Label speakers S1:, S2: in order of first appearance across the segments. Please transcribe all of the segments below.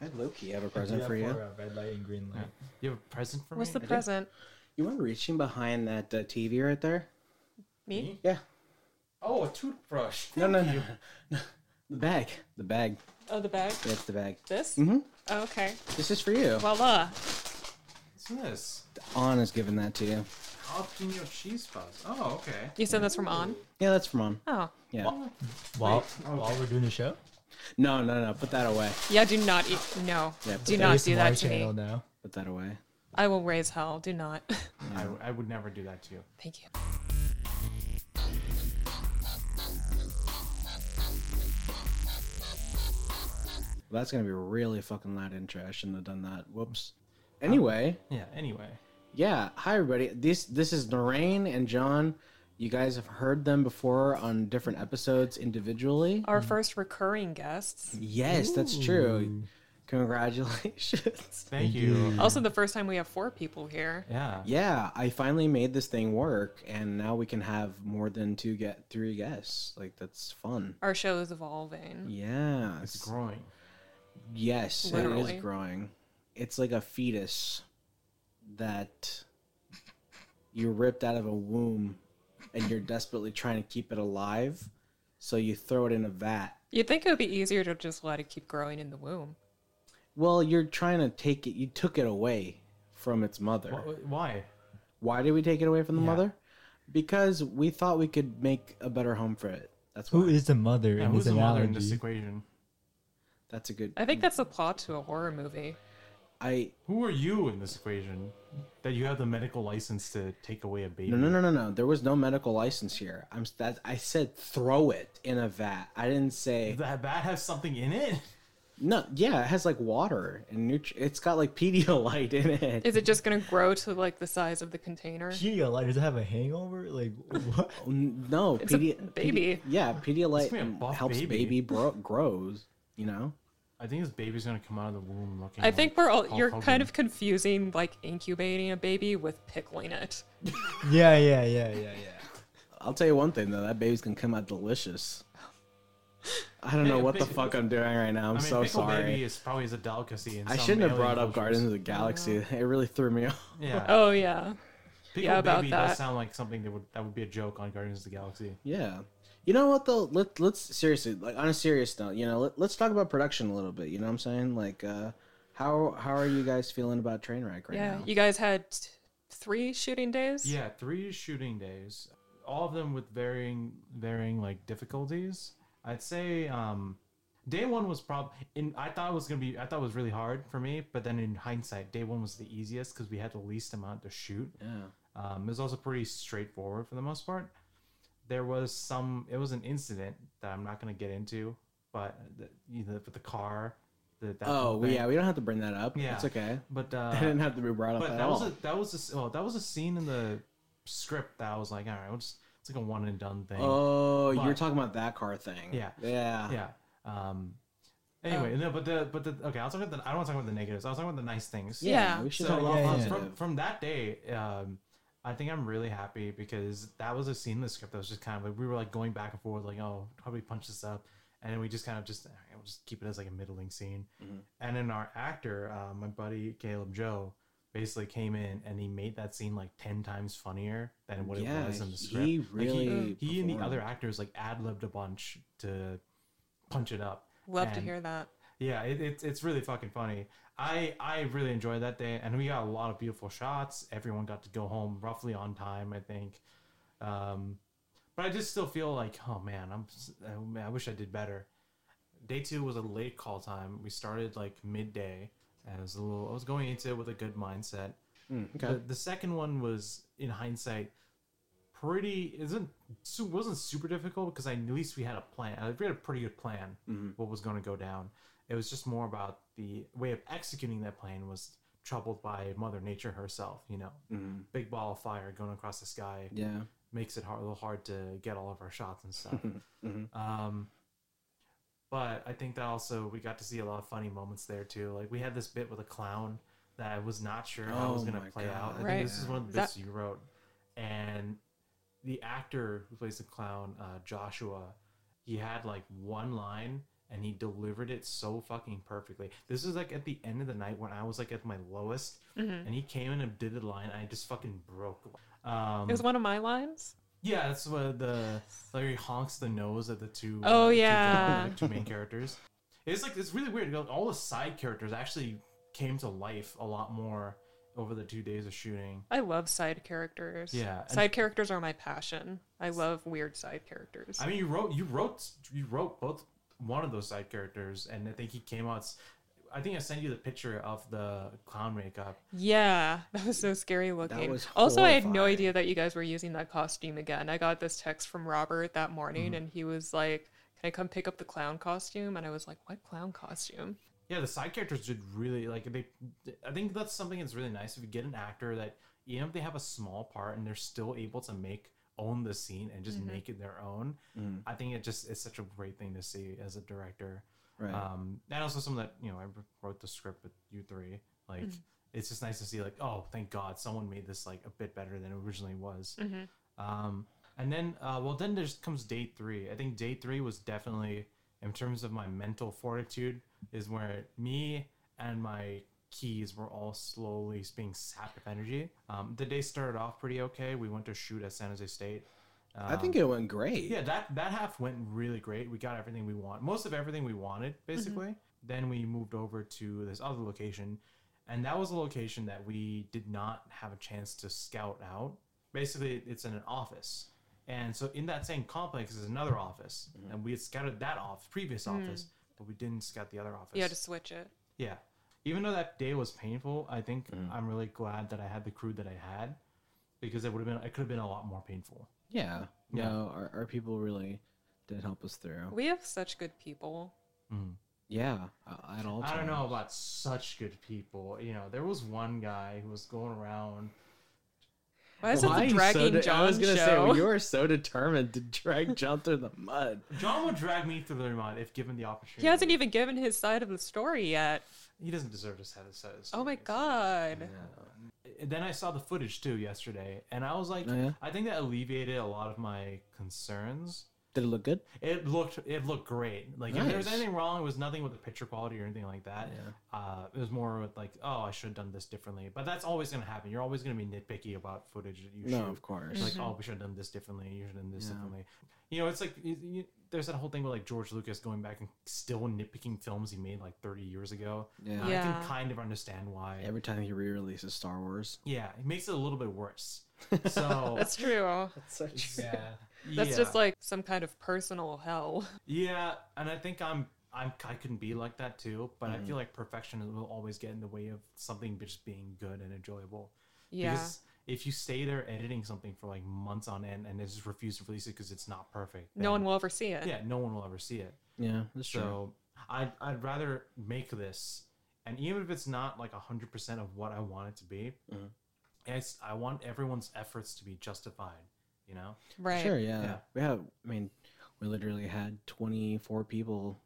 S1: I had Loki have a present for you.
S2: uh, red light and green light.
S3: You have a present for
S1: I
S3: me?
S1: do.
S4: present?
S1: You were reaching behind that uh, TV right there.
S4: Me?
S1: Yeah.
S3: Oh, a toothbrush.
S1: No, no, no, no. The bag. The bag.
S4: Oh, the bag.
S1: That's the bag.
S4: This?
S1: Mm-hmm.
S4: Oh, okay.
S1: This is for you.
S4: Voila.
S3: What's this?
S1: On is giving that to you.
S3: Jalapeno cheese fuzz. Oh, okay.
S4: You said that's from On.
S1: Yeah, that's from mom.
S4: Oh,
S1: Yeah.
S2: While,
S3: Okay.
S2: while we're doing the show,
S1: No, no, no. Put that away.
S4: yeah. Do not eat. No.
S1: Yeah,
S4: do
S1: but
S4: not do that
S2: ASMR
S4: to
S2: channel
S4: me.
S2: now.
S1: Put that away.
S4: I will raise hell. Do not.
S3: I, I would never do that to you.
S4: Thank you.
S1: Well, that's gonna be really fucking loud intro. I shouldn't have done that. Whoops. Anyway,
S3: Yeah, anyway.
S1: yeah. Hi everybody. This this is Noreen and John. You guys have heard them before on different episodes individually.
S4: Our first recurring guests.
S1: Yes, that's true. Congratulations.
S3: Thank you.
S4: Also, the first time we have four people here.
S3: Yeah.
S1: Yeah, I finally made this thing work, and now we can have more than two get three guests. Like that's fun.
S4: Our show is evolving.
S1: Yeah,
S3: It's growing.
S1: yes, it
S4: Literally.
S1: is growing. It's like a fetus that you ripped out of a womb, and you're desperately trying to keep it alive. So you throw it in a vat.
S4: You'd think it would be easier to just let it keep growing in the womb.
S1: Well, you're trying to take it. You took it away from its mother.
S3: Wh- Why?
S1: Why did we take it away from the mother? Because we thought we could make a better home for it. That's why.
S2: Who is the mother
S3: Yeah,
S2: in
S3: who's
S2: this
S3: the mother in this
S2: analogy?
S3: equation?
S1: That's a good.
S4: I think that's the plot to a horror movie.
S1: I
S3: Who are you in this equation that you have the medical license to take away a baby?
S1: no no no no no. There was no medical license here. I'm s- that I said throw it in a vat. I didn't say
S3: That bat has something in it?
S1: no. Yeah, it has like water and nutri- It's got like Pedialyte in it.
S4: Is it just going to grow to like the size of the container?
S2: Gee, like, uh, does it have a hangover? Like, what?
S1: N- no,
S4: It's a baby.
S1: yeah, Pedialyte
S3: gonna be a buff
S1: helps baby,
S3: baby.
S1: bro- grows. You know.
S3: I think this baby's gonna come out of the womb looking.
S4: I
S3: like
S4: think we're all
S3: Hulk
S4: you're
S3: Hogan.
S4: kind of confusing like incubating a baby with pickling it.
S2: yeah, yeah, yeah, yeah, yeah.
S1: I'll tell you one thing though. That baby's gonna come out delicious. I don't
S3: Hey,
S1: know
S3: a
S1: what the
S3: big-
S1: fuck I'm doing right now. I'm
S3: I mean,
S1: so
S3: pickle
S1: sorry.
S3: baby is probably is a delicacy. In
S1: I
S3: some
S1: shouldn't have
S3: alien
S1: brought up
S3: cultures.
S1: Guardians of the Galaxy. It really threw me off.
S3: Yeah.
S4: Oh yeah.
S3: Pickle
S4: Yeah, about
S3: baby
S4: that.
S3: does sound like something that would that would be a joke on Guardians of the Galaxy.
S1: Yeah. You know what though? Let let's seriously, like on a serious note, you know, let, let's talk about production a little bit. You know what I'm saying? Like, uh, how how are you guys feeling about Trainwreck right
S4: yeah,
S1: now?
S4: you guys had t- 3 shooting days?
S3: Yeah, three shooting days, all of them with varying varying like difficulties. I'd say um, day one was probably. In I thought it was gonna be. I thought it was really hard for me, but then in hindsight, day one was the easiest because we had the least amount to shoot.
S1: yeah.
S3: Um, it was also pretty straightforward for the most part. There was some. It was an incident that I'm not gonna get into, but the, you know, with the car. The, that
S1: Oh
S3: whole thing.
S1: yeah, we don't have to bring that up.
S3: Yeah.
S1: It's okay.
S3: But
S1: I
S3: uh,
S1: didn't have to be brought up
S3: but
S1: at
S3: that was
S1: all.
S3: a that was a well that was a scene in the script that I was like, all right, we'll just it's like a one and done thing.
S1: oh, you're
S3: But-
S1: talking about that car thing.
S3: Yeah.
S1: Yeah.
S3: yeah. Um. Anyway, no, but the but the okay, I'll talk about the I don't want to talk about the negatives. I was talking about the nice things.
S4: Yeah.
S1: We should
S3: So
S1: talk about
S2: yeah,
S3: um,
S2: yeah.
S3: from from that day, um, I think I'm really happy because that was a scene in the script that was just kind of like we were like going back and forth, like oh, how do we punch this up? And then we just kind of just all right, we'll just keep it as like a middling scene.
S1: Mhm.
S3: And then our actor, uh, my buddy Caleb Joe, basically came in and he made that scene like ten times funnier than what
S1: Yeah,
S3: it was in the
S1: he
S3: script. Like,
S1: really
S3: he, and the
S1: performed.
S3: other actors like ad libbed a bunch to punch it up.
S4: Love to
S3: And-
S4: hear that.
S3: Yeah, it, it's it's really fucking funny. I I really enjoyed that day, and we got a lot of beautiful shots. Everyone got to go home roughly on time, I think. Um, but I just still feel like, oh man, I'm s- oh, man, I wish I did better. Day two was a late call time. We started like midday, and it was a little. I was going into it with a good mindset.
S1: Mm, okay.
S3: The, the second one was, in hindsight, pretty isn't su- wasn't super difficult because I at least we had a plan. I- We had a pretty good plan
S1: Mhm.
S3: what was going to go down. It was just more about the way of executing that plan was troubled by Mother Nature herself. You know,
S1: Mhm.
S3: big ball of fire going across the sky
S1: Yeah.
S3: makes it hard, a little hard to get all of our shots and stuff.
S1: Mhm.
S3: Um, but I think that also we got to see a lot of funny moments there too. Like we had this bit with a clown that I was not sure how it was
S1: Oh
S3: going to
S1: my
S3: play out. I
S1: God.
S3: think
S4: Right.
S3: this is one of the
S4: That-
S3: bits you wrote, and the actor who plays the clown, uh, Joshua, he had like one line, and he delivered it so fucking perfectly. This is like at the end of the night when I was like at my lowest, and he came in and did the line. I just fucking broke. Um,
S4: It was one of my lines.
S3: yeah, that's what the Larry honks the nose at the two. uh,
S4: Oh,
S3: two-
S4: yeah.
S3: like, two main characters. It's like it's really weird. Like, all the side characters actually came to life a lot more over the two days of shooting.
S4: I love side characters.
S3: Yeah, and-
S4: Side characters are my passion. I love weird side characters.
S3: I mean, you wrote you wrote you wrote both one of those side characters, and I think he came out. s- I think I sent you the picture of the clown makeup.
S4: yeah, that was so scary looking.
S1: was
S4: also, I had no
S1: horrifying.
S4: idea that you guys were using that costume again. I got this text from Robert that morning,
S1: Mm-hmm.
S4: and he was like, "Can I come pick up the clown costume?" And I was like, "What clown costume?"
S3: Yeah, the side characters did really like they. I think that's something that's really nice if you get an actor that even if they have a small part and they're still able to make own the scene and just make it their own. I think it just is such a great thing to see as a director.
S1: Right.
S3: Um, and also something that you know I wrote the script with you three. Like it's just nice to see like oh thank God someone made this like a bit better than it originally was. Um, and then, uh, well, then there comes day three. I think day three was definitely, in terms of my mental fortitude, is where me and my keys were all slowly being sapped of energy. Um, the day started off pretty okay. We went to shoot at San Jose State.
S1: I think it went great.
S3: um, Yeah, that that half went really great. We got everything we want, most of everything we wanted, basically. Then we moved over to this other location, and that was a location that we did not have a chance to scout out. Basically, it's in an office, and so in that same complex is another office, and we had scouted that off previous office, but we didn't scout the other office.
S4: You had to switch it.
S3: Yeah. Even though that day was painful, I think I'm really glad that I had the crew that I had because it would have been it could have been a lot more painful.
S1: Yeah.
S3: Yeah.
S1: No, our, our people really did help us through.
S4: We have such good people.
S1: Yeah. uh, At all times.
S3: I don't know about such good people. You know, there was one guy who was going around.
S4: Why is it the
S1: so
S4: dragging
S1: de-
S4: John
S1: I was gonna
S4: show?
S1: say well, you are so determined to drag John through the mud.
S3: John would drag me through the mud if given the opportunity.
S4: He hasn't even given his side of the story yet.
S3: He doesn't deserve to have his his
S4: Oh my
S3: stories.
S4: god.
S3: And Then I saw the footage too yesterday, and I was like,
S1: Oh, yeah?
S3: I think that alleviated a lot of my concerns.
S1: Did it look good?
S3: It looked it looked great. Like if there was
S1: Nice.
S3: anything wrong, it was nothing with the picture quality or anything like that. Uh, it was more with like, oh, I should have done this differently. But that's always gonna happen. You're always gonna be nitpicky about footage that you
S1: No,
S3: shoot.
S1: of course.
S3: It's like, oh, we should have done this differently. You should have done this
S1: Mm-hmm. Yeah.
S3: differently. You know, it's like you, you, there's that whole thing with like George Lucas going back and still nitpicking films he made like 30 years ago.
S1: Yeah.
S3: I can
S4: Yeah.
S3: kind of understand why.
S1: Every time he re-releases Star Wars,
S3: yeah, it makes it a little bit worse. So
S4: That's true.
S2: Yeah.
S4: That's
S3: yeah.
S4: just like some kind of personal hell.
S3: yeah, and I think I'm. I'm, I can be like that too, but
S1: Mm-hmm.
S3: I feel like perfection will always get in the way of something just being good and enjoyable.
S4: Yeah.
S3: Because if you stay there editing something for like months on end and then just refuse to release it because it's not perfect,
S4: no one
S3: then-
S4: will ever see it.
S3: Yeah, no one will ever see it.
S1: yeah, that's true.
S3: So I'd, I'd rather make this, and even if it's not like 100% of what I want it to be,
S1: Mhm.
S3: it's, I want everyone's efforts to be justified, you know?
S4: Right.
S1: Sure, yeah.
S3: Yeah.
S1: We have, I mean, we literally had 24 people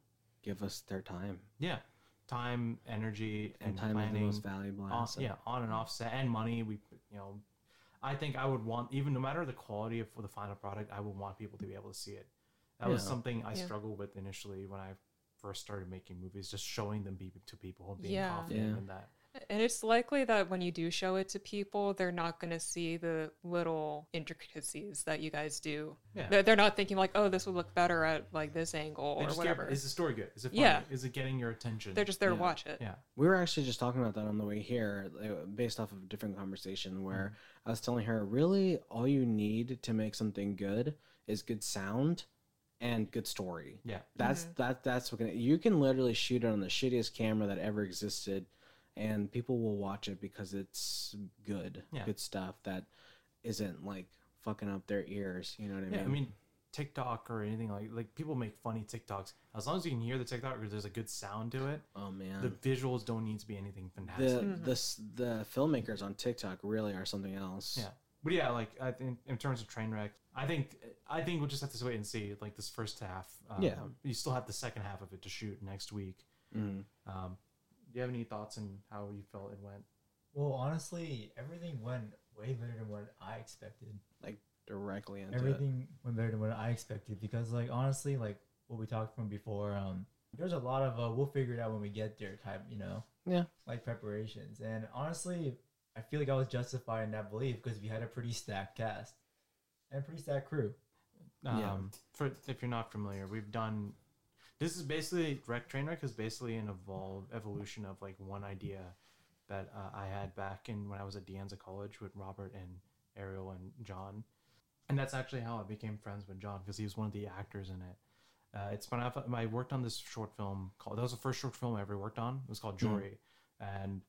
S1: give us their time
S3: Yeah. Time, energy,
S1: and,
S3: and,
S1: time is the
S3: planning.
S1: most valuable
S3: on-
S1: asset.
S3: yeah, on and offset, and money. We, you know, I think I would want, even no matter the quality of the final product, I would want people to be able to see it. That was
S1: Yeah.
S3: something I
S4: Yeah.
S3: struggled with initially when I first started making movies, just showing them be- to people and being
S4: Yeah.
S3: confident
S1: Yeah.
S3: in that.
S4: And it's likely that when you do show it to people, they're not going to see the little intricacies that you guys do.
S3: Yeah.
S4: They're- They're not thinking like, oh, this would look better at like this angle
S3: They
S4: or
S3: just care-
S4: whatever.
S3: is the story good? Is it funny?
S4: Yeah.
S3: Is it getting your attention?
S4: They're just there to
S1: Yeah.
S4: watch it.
S3: yeah.
S1: We were actually just talking about that on the way here, like, based off of a different
S3: Mm-hmm.
S1: conversation where I was telling her, really, all you need to make something good is good sound and good story.
S3: Yeah.
S1: That's
S3: Mm-hmm.
S1: that. That's what can, you can literally shoot it on the shittiest camera that ever existed, and people will watch it because it's good,
S3: Yeah.
S1: good stuff that isn't like fucking up their ears. You know what I
S3: Yeah. I
S1: mean?
S3: mean, TikTok or anything like like people make funny TikToks. As long as you can hear the TikTok or there's a good sound to it,
S1: oh man,
S3: the visuals don't need to be anything
S1: the
S3: fantastic.
S1: the s- the filmmakers on TikTok really are something else.
S3: Yeah. But yeah, like I think in terms of train wreck, I think I think we'll just have to wait and see. Like this first half, um,
S1: Yeah.
S3: You still have the second half of it to shoot next week.
S1: Mhm.
S3: Um, do you have any thoughts on how you felt it went?
S2: Well, honestly, everything went way better than what I expected.
S1: like directly into it.
S2: everything went better than what I expected because, like, honestly, like what we talked from before, um, There's a lot of uh, we'll figure it out when we get there type, you know.
S1: Yeah.
S2: Like preparations, and honestly, I feel like I was justified in that belief because we had a pretty stacked cast and a pretty stacked crew.
S3: Um,
S1: Yeah.
S3: For if you're not familiar, we've done. This is basically Rec Trainwreck is basically an evolve evolution of like one idea that uh, I had back in when I was at Deanza College with Robert and Ariel and John, and that's actually how I became friends with John because he was one of the actors in it. Uh, it spun off. I worked on this short film called. That was the first short film I ever worked on. It was called Jory, and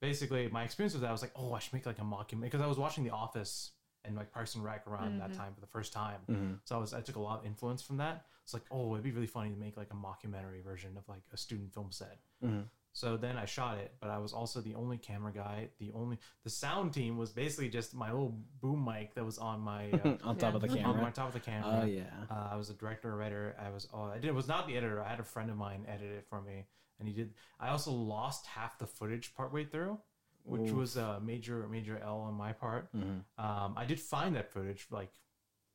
S3: basically my experience with that I was like, oh, I should make like a mockumentary because I was watching The Office and like Parks and Rec around that
S4: Mhm.
S3: time for the first time.
S1: Mm-hmm.
S3: So I was I took a lot of influence from that. It's like, oh, it'd be really funny to make like a mockumentary version of like a student film set.
S1: Mhm.
S3: So then I shot it, but I was also the only camera guy. The only the sound team was basically just my little boom mic that was on my uh,
S1: on top of the
S4: Yeah.
S3: on my
S1: camera.
S3: top of the camera.
S1: Oh yeah.
S3: Uh, I was a director, a writer. I was. Oh, I did. Was not the editor. I had a friend of mine edit it for me, and he did. I also lost half the footage partway through, which
S1: Oof.
S3: was a major major L on my part.
S1: Mhm.
S3: Um, I did find that footage like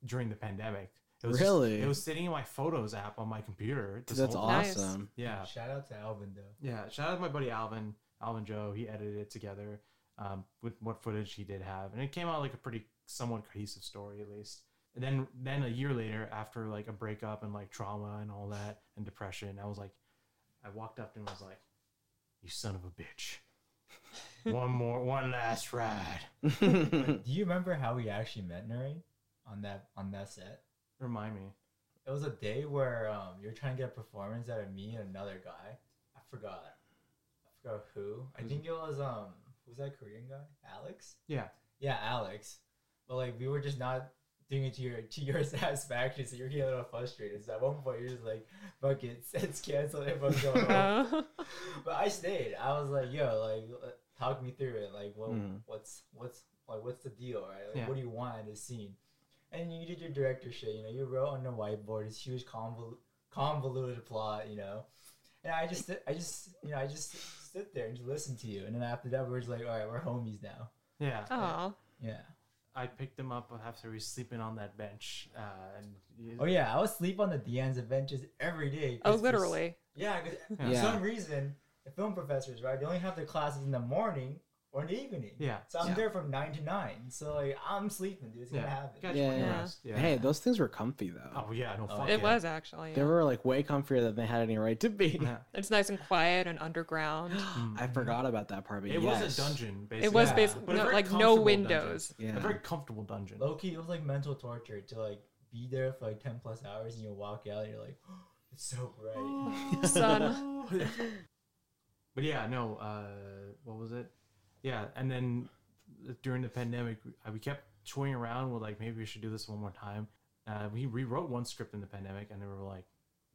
S3: during the pandemic. It was
S1: Really?
S3: it was sitting in my photos app on my computer. this
S1: That's
S3: whole-
S4: Nice.
S1: awesome.
S3: Yeah,
S2: Shout out to Alvin though.
S3: yeah. Shout out to my buddy Alvin, Alvin Joe. He edited it together um, with what footage he did have, and it came out like a pretty somewhat cohesive story at least. And then then a year later, after like a breakup and like trauma and all that and depression, I was like, I walked up to him and was like, "You son of a bitch." one more, one last ride.
S2: Do you remember how we actually met, Nuri, on that on that set?
S3: Remind me.
S2: It was a day where um, you're trying to get a performance out of me and another guy. I forgot. I forgot who. I
S3: Who's-
S2: think it was um, who's that Korean guy? Alex.
S3: Yeah.
S2: Yeah, Alex. But like, we were just not doing it to your to your satisfaction, so you're getting a little frustrated. So at one point, you're just like, "Fuck it, it's canceled. Everyone's going home."
S4: Uh,
S2: But I stayed. I was like, "Yo, like, uh, talk me through it. Like, what,
S1: Mhm.
S2: what's what's like, what's the deal, right? Like,
S3: Yeah.
S2: what do you want in this scene?" And you did your director shit. You know, you wrote on the whiteboard this huge convol- convoluted plot. You know, and I just I just you know I just stood there and just listened to you. And then after that, we were just like, "All right, we're homies now."
S3: Yeah.
S4: aw.
S2: Yeah.
S3: I picked him up after he was sleeping on that bench. Uh, and he-
S2: Oh yeah, I would sleep on the Deanne's benches every day.
S4: Oh,
S2: 'cause for s-
S4: literally.
S2: Yeah, 'cause for
S1: Yeah.
S2: some reason, the film professors, right? They only have their classes in the morning or in the evening.
S3: yeah,
S2: So I'm
S1: Yeah.
S2: there from nine to nine. So like I'm sleeping, dude. It's
S3: yeah.
S2: gonna happen.
S3: Gotta
S1: Yeah.
S3: put your
S4: Yeah.
S3: rest, yeah.
S1: Hey, those things were comfy though.
S3: Oh yeah, no.
S2: Oh,
S3: fuck
S4: It
S3: yeah.
S4: was actually.
S1: They were like way comfier than they had any right to be.
S3: Yeah.
S4: It's nice and quiet and underground.
S3: Mm.
S1: I forgot about that part. But
S3: It
S1: yes.
S3: was a dungeon. Basically.
S4: It was
S2: Yeah.
S4: basically
S3: But a
S4: no,
S3: very
S4: like no
S3: comfortable
S4: windows.
S3: A
S1: Yeah.
S3: very comfortable dungeon.
S4: Oh.
S2: Low key, it was like mental torture to like be there for like ten plus hours, and you walk out, and you're like, it's so bright.
S4: Sun.
S3: but yeah, no. Uh, what was it? Yeah, and then during the pandemic, we- uh, we kept toying around with like maybe we should do this one more time. Uh, we rewrote one script in the pandemic, and then we were like,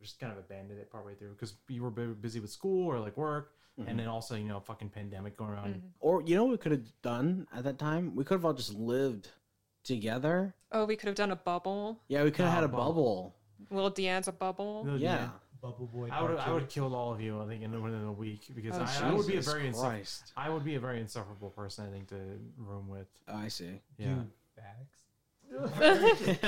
S3: we just kind of abandoned it partway through because we were bu- busy with school or like work, and then also you know fucking pandemic going around.
S1: Mm-hmm.
S4: Mm-hmm.
S1: Or you know what we could have done at that time? We could have all just lived together.
S4: Oh, we could have done a bubble.
S1: Yeah, we could have
S3: Ah,
S1: had a
S3: bubble.
S1: bubble.
S4: Little Deanne's a bubble.
S3: No,
S1: Yeah.
S2: Bubble boy.
S3: I would I
S2: cartoon.
S3: would have killed all of you. I think in within a week because
S4: Oh,
S3: I, I would be a
S1: Jesus
S3: very insuff-
S1: Christ.
S3: I would be a very insufferable person. I think to room with.
S1: Oh, I see.
S3: Yeah.
S2: Dude, facts.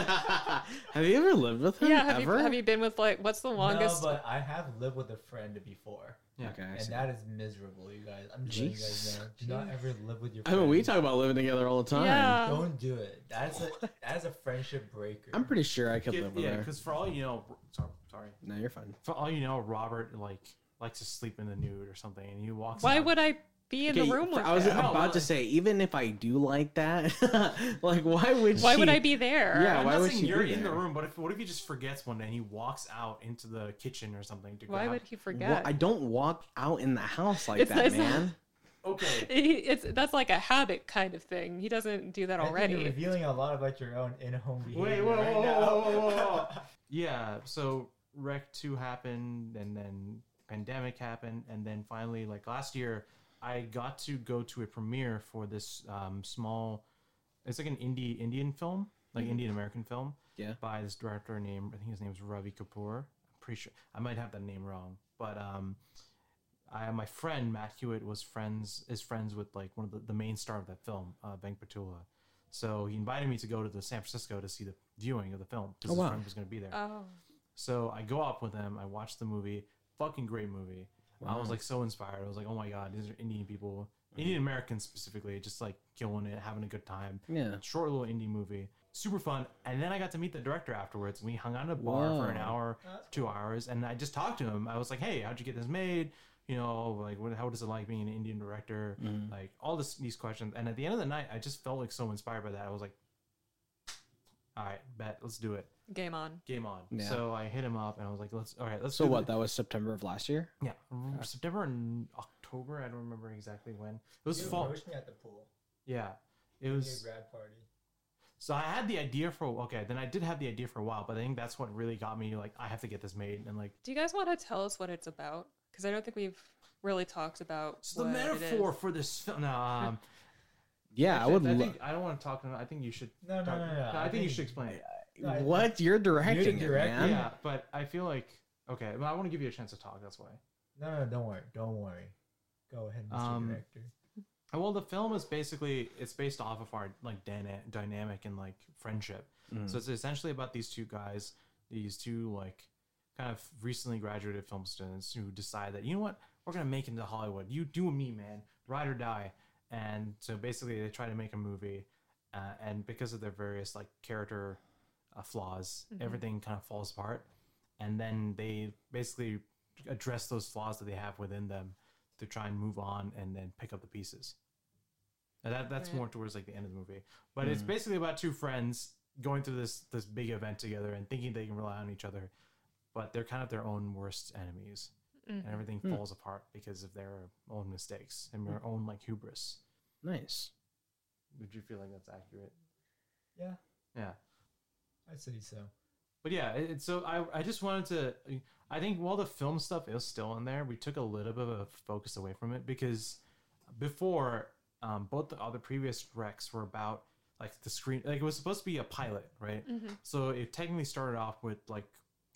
S1: have you ever lived with him?
S4: yeah, have
S1: ever?
S4: you have you been with like what's the longest?
S2: No, but I have lived with a friend before,
S3: Yeah.
S1: Okay, I
S2: and
S1: see.
S2: that is miserable, you guys. I'm just letting you guys
S1: Jeez.
S2: know. Do not ever live with your.
S1: I mean, we
S2: friends.
S1: talk about living together all the time.
S4: Yeah.
S2: Don't do it. That's a that's a friendship breaker.
S1: I'm pretty sure I could
S3: Yeah,
S1: live with her.
S3: because for all you know, sorry, sorry.
S1: No, you're fine.
S3: For all you know, Robert like likes to sleep in the nude or something, and he walks.
S4: Why
S3: out-
S4: would I be in
S1: Okay,
S4: the room with
S1: I was
S4: him?
S3: No,
S1: about to
S3: like-
S1: say, even if I do like that, like why would
S4: Why would
S1: she-
S4: I be there?
S1: Yeah,
S3: I'm
S1: why
S3: not
S1: would
S3: saying
S1: she
S3: you're
S1: be
S3: in the
S1: there?
S3: room, but if, what if he just forgets one day and he walks out into the kitchen or something to
S4: Why
S3: grab?
S4: would he forget?
S1: Well, I don't walk out in the house like
S4: It's
S1: that,
S4: nice-
S1: man.
S3: Okay,
S4: He- it's that's like a habit kind of thing. He doesn't do that
S2: I think you're
S4: already.
S2: revealing a lot about your own in-home behavior
S3: wait, whoa,
S2: right
S3: whoa,
S2: now.
S3: whoa, whoa, whoa, whoa. yeah. So Rec Two happened, and then pandemic happened, and then finally, like last year, I got to go to a premiere for this um, small. It's like an indie Indian film, like Indian American film.
S1: Mm-hmm. Yeah.
S3: by this director named I think his name is Ravi Kapoor. I'm pretty sure I might have that name wrong, but um, I my friend Matt Hewitt was friends is friends with like one of the, the main star of that film, uh, Bank Patula. So he invited me to go to the San Francisco to see the viewing of the film because
S1: Oh,
S3: his
S1: wow.
S3: friend was going to be there.
S4: Oh,
S3: So I go up with him. I watch the movie. fucking great movie. I was like so inspired. I was like, oh my god, these are Indian people, Indian Americans specifically, just like killing it, having a good time.
S1: Yeah.
S3: Short little indie movie, super fun. And then I got to meet the director afterwards. We hung out at a bar for an
S1: Whoa.
S3: hour,
S2: Oh, that's
S3: two hours, and I just talked to him. I was like, hey, how'd you get this made? You know, like, what, how does it like being an Indian director?
S1: Mm-hmm.
S3: Like all this, these questions. And at the end of the night, I just felt like so inspired by that. I was like, all right, bet, let's do it.
S4: Game on.
S3: Game on.
S1: Yeah.
S3: So I hit him up and I was like, let's, all right, let's
S1: So
S3: do
S1: what?
S3: thi-
S1: That was September of last year.
S3: yeah, r- September and October. I don't remember exactly when. It was
S2: You
S3: fall.
S2: approached me at the pool.
S3: Yeah, it
S2: Your
S3: was.
S2: grad party.
S3: So I had the idea for okay. Then I did have the idea for a while, but I think that's what really got me. Like I have to get this made, and like
S4: Do you guys want to tell us what it's about? Because I don't think we've really talked about.
S3: so the
S4: what it is.
S3: metaphor for this film. No, um,
S1: Yeah, I would
S3: I
S1: love.
S3: think I don't want to talk. I think you should.
S2: No, no,
S3: talk-
S2: no, no,
S3: I, think, you should explain it.
S2: No, I-
S1: What uh, you're directing, it,
S2: director,
S1: man.
S3: Yeah, but I feel like okay. But I want to give you a chance to talk. That's why.
S2: No, no, don't worry. Don't worry. Go ahead, Mr.
S3: Um,
S2: Director.
S3: Uh, Well, the film is basically it's based off of our like dyna- dynamic and like friendship.
S1: Mm.
S3: So it's essentially about these two guys, these two like kind of recently graduated film students who decide that you know what we're gonna make it into Hollywood. You do me, man, ride or die. And so basically, they try to make a movie, uh, and because of their various like character uh, flaws, everything kind of falls apart. And then they basically address those flaws that they have within them to try and move on and then pick up the pieces. And that that's
S4: Right.
S3: more towards like the end of the movie. But it's basically about two friends going through this this big event together and thinking they can rely on each other, but they're kind of their own worst enemies.
S4: Mm-hmm.
S3: And everything falls apart because of their own mistakes and their own like hubris.
S1: Nice.
S3: Hmm. Would you feel like that's accurate?
S2: Yeah,
S3: Yeah.
S2: I'd say so.
S3: But yeah, it, it's so I I just wanted to I think while the film stuff is still in there, we took a little bit of a focus away from it because before um, both the other previous wrecks were about like the screen like it was supposed to be a pilot, right?
S4: Mm-hmm.
S3: So it technically started off with like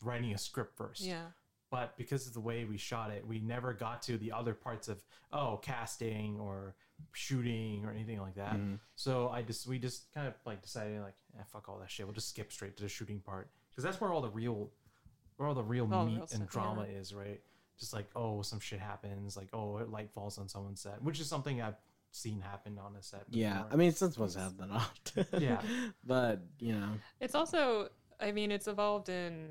S3: writing a script first.
S4: Yeah.
S3: But because of the way we shot it, we never got to the other parts of oh casting or shooting or anything like
S1: Mm.
S3: that.
S1: Mm-hmm.
S3: So I just we just kind of like decided like eh, fuck all that shit. We'll just skip straight to the shooting part because that's where all the real where all the real
S4: All the
S3: meat
S4: real
S3: and
S4: stuff,
S3: drama is, right? Just like oh some shit happens, like oh a light falls on someone's set, which is something I've seen happen on a set.
S1: Yeah,
S3: before.
S1: I mean, it's not supposed to happen that often.
S3: Yeah.
S1: but you know,
S4: It's also, I mean, it's evolved in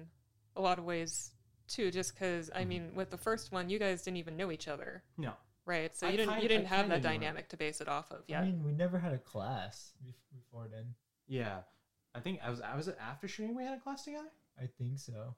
S4: a lot of ways too. Just because,
S3: Mm-hmm.
S4: I mean, with the first one, you guys didn't even know each other,
S3: no,
S4: right? So
S3: I
S4: you didn't
S3: kind-
S4: you didn't
S3: I
S4: have that
S3: kinda knew her.
S4: dynamic to base it off of. Yeah.
S2: I mean, we never had a class bef- before then.
S3: yeah, I think I was I was it after shooting we had a class together.
S2: I think so.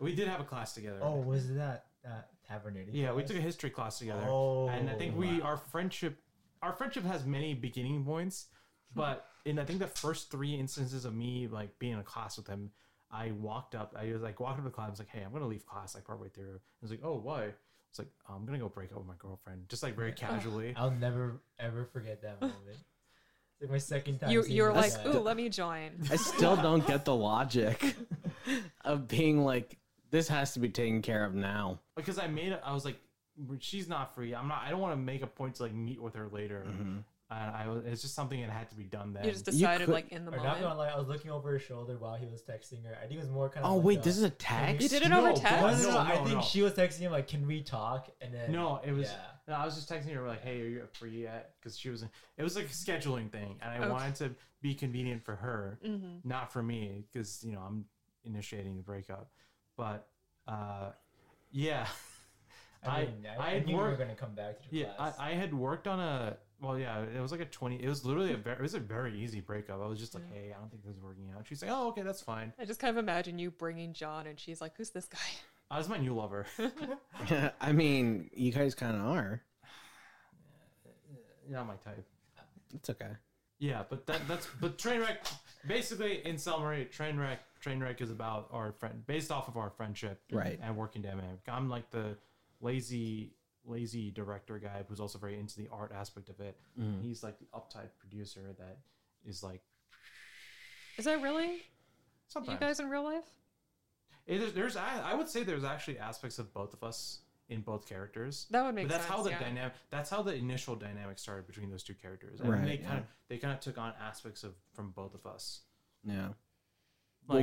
S3: We did have a class together.
S2: Oh, was it that that tavernating?
S3: Yeah, we
S2: class?
S3: took a history class together,
S2: Oh,
S3: and I think we
S2: wow.
S3: our friendship our friendship has many beginning points, but in I think the first three instances of me like being in a class with him, I walked up, I was like walked up to the class, I was like, hey, I'm gonna leave class like partway through. I was like, oh, why? I was like, I'm gonna go break up with my girlfriend, just like very casually.
S2: I'll never ever forget that moment. It's like my second time.
S4: you
S2: seeing
S4: you're
S2: this
S4: like,
S2: guy.
S4: ooh, let me join.
S1: I still don't get the logic of being like, this has to be taken care of now.
S3: because I made it, I was like, she's not free. I'm not. I don't want to make a point to like meet with her later.
S2: Mm-hmm.
S1: Mm-hmm.
S3: And I was, it's just something that had to be done then.
S4: You just decided
S1: could-
S4: like in the
S2: Or not gonna
S4: moment.
S2: lie, I was looking over her shoulder while he was texting her. I think it was more kind of.
S1: Oh
S2: like
S1: wait,
S2: a-
S1: this is a
S4: You
S1: text.
S4: did it over text.
S2: No, no, no,
S3: No,
S2: I
S3: no,
S2: think
S3: no.
S2: she was texting him like, "Can we talk?" And then
S3: No, it was.
S2: Yeah.
S3: No, I was just texting her like, "Hey, are you free yet?" Because she was. It was like a scheduling thing, and I
S4: Okay.
S3: wanted to be convenient for her,
S4: Mm-hmm.
S3: not for me, because you know I'm initiating the breakup. But uh, yeah,
S2: I
S3: I-
S2: mean, I,
S3: I
S2: I,
S3: had
S2: knew we were
S3: worked-
S2: gonna come back to the
S3: yeah,
S2: class.
S3: I, I had worked on a. Well, yeah, it was like a twenty. It was literally a very. It was a very easy breakup. I was just like, "Hey, I don't think this is working out." She's like, "Oh, okay, that's fine."
S4: I just kind of imagine you bringing John, and she's like, "Who's this guy?"
S3: I was my new lover.
S1: I mean, you guys kind of are.
S3: Not my type.
S1: It's okay.
S3: Yeah, but that that's but Trainwreck basically in summary, Trainwreck Trainwreck is about our friend based off of our friendship
S1: Right.
S3: and working dynamic. I'm like the lazy lazy director guy who's also very into the art aspect of it. He's like the uptight producer that is like
S4: Is that really
S3: sometimes
S4: you guys in real life?
S3: It- there's, there's I, I would say there's actually aspects of both of us in both characters.
S4: That would make
S3: but that's how
S4: sense,
S3: the
S4: yeah.
S3: dynamic that's how the initial dynamic started between those two characters. And
S1: Right,
S3: they
S1: yeah.
S3: kind of they kind of took on aspects of from both of us.
S1: Yeah.
S3: Like-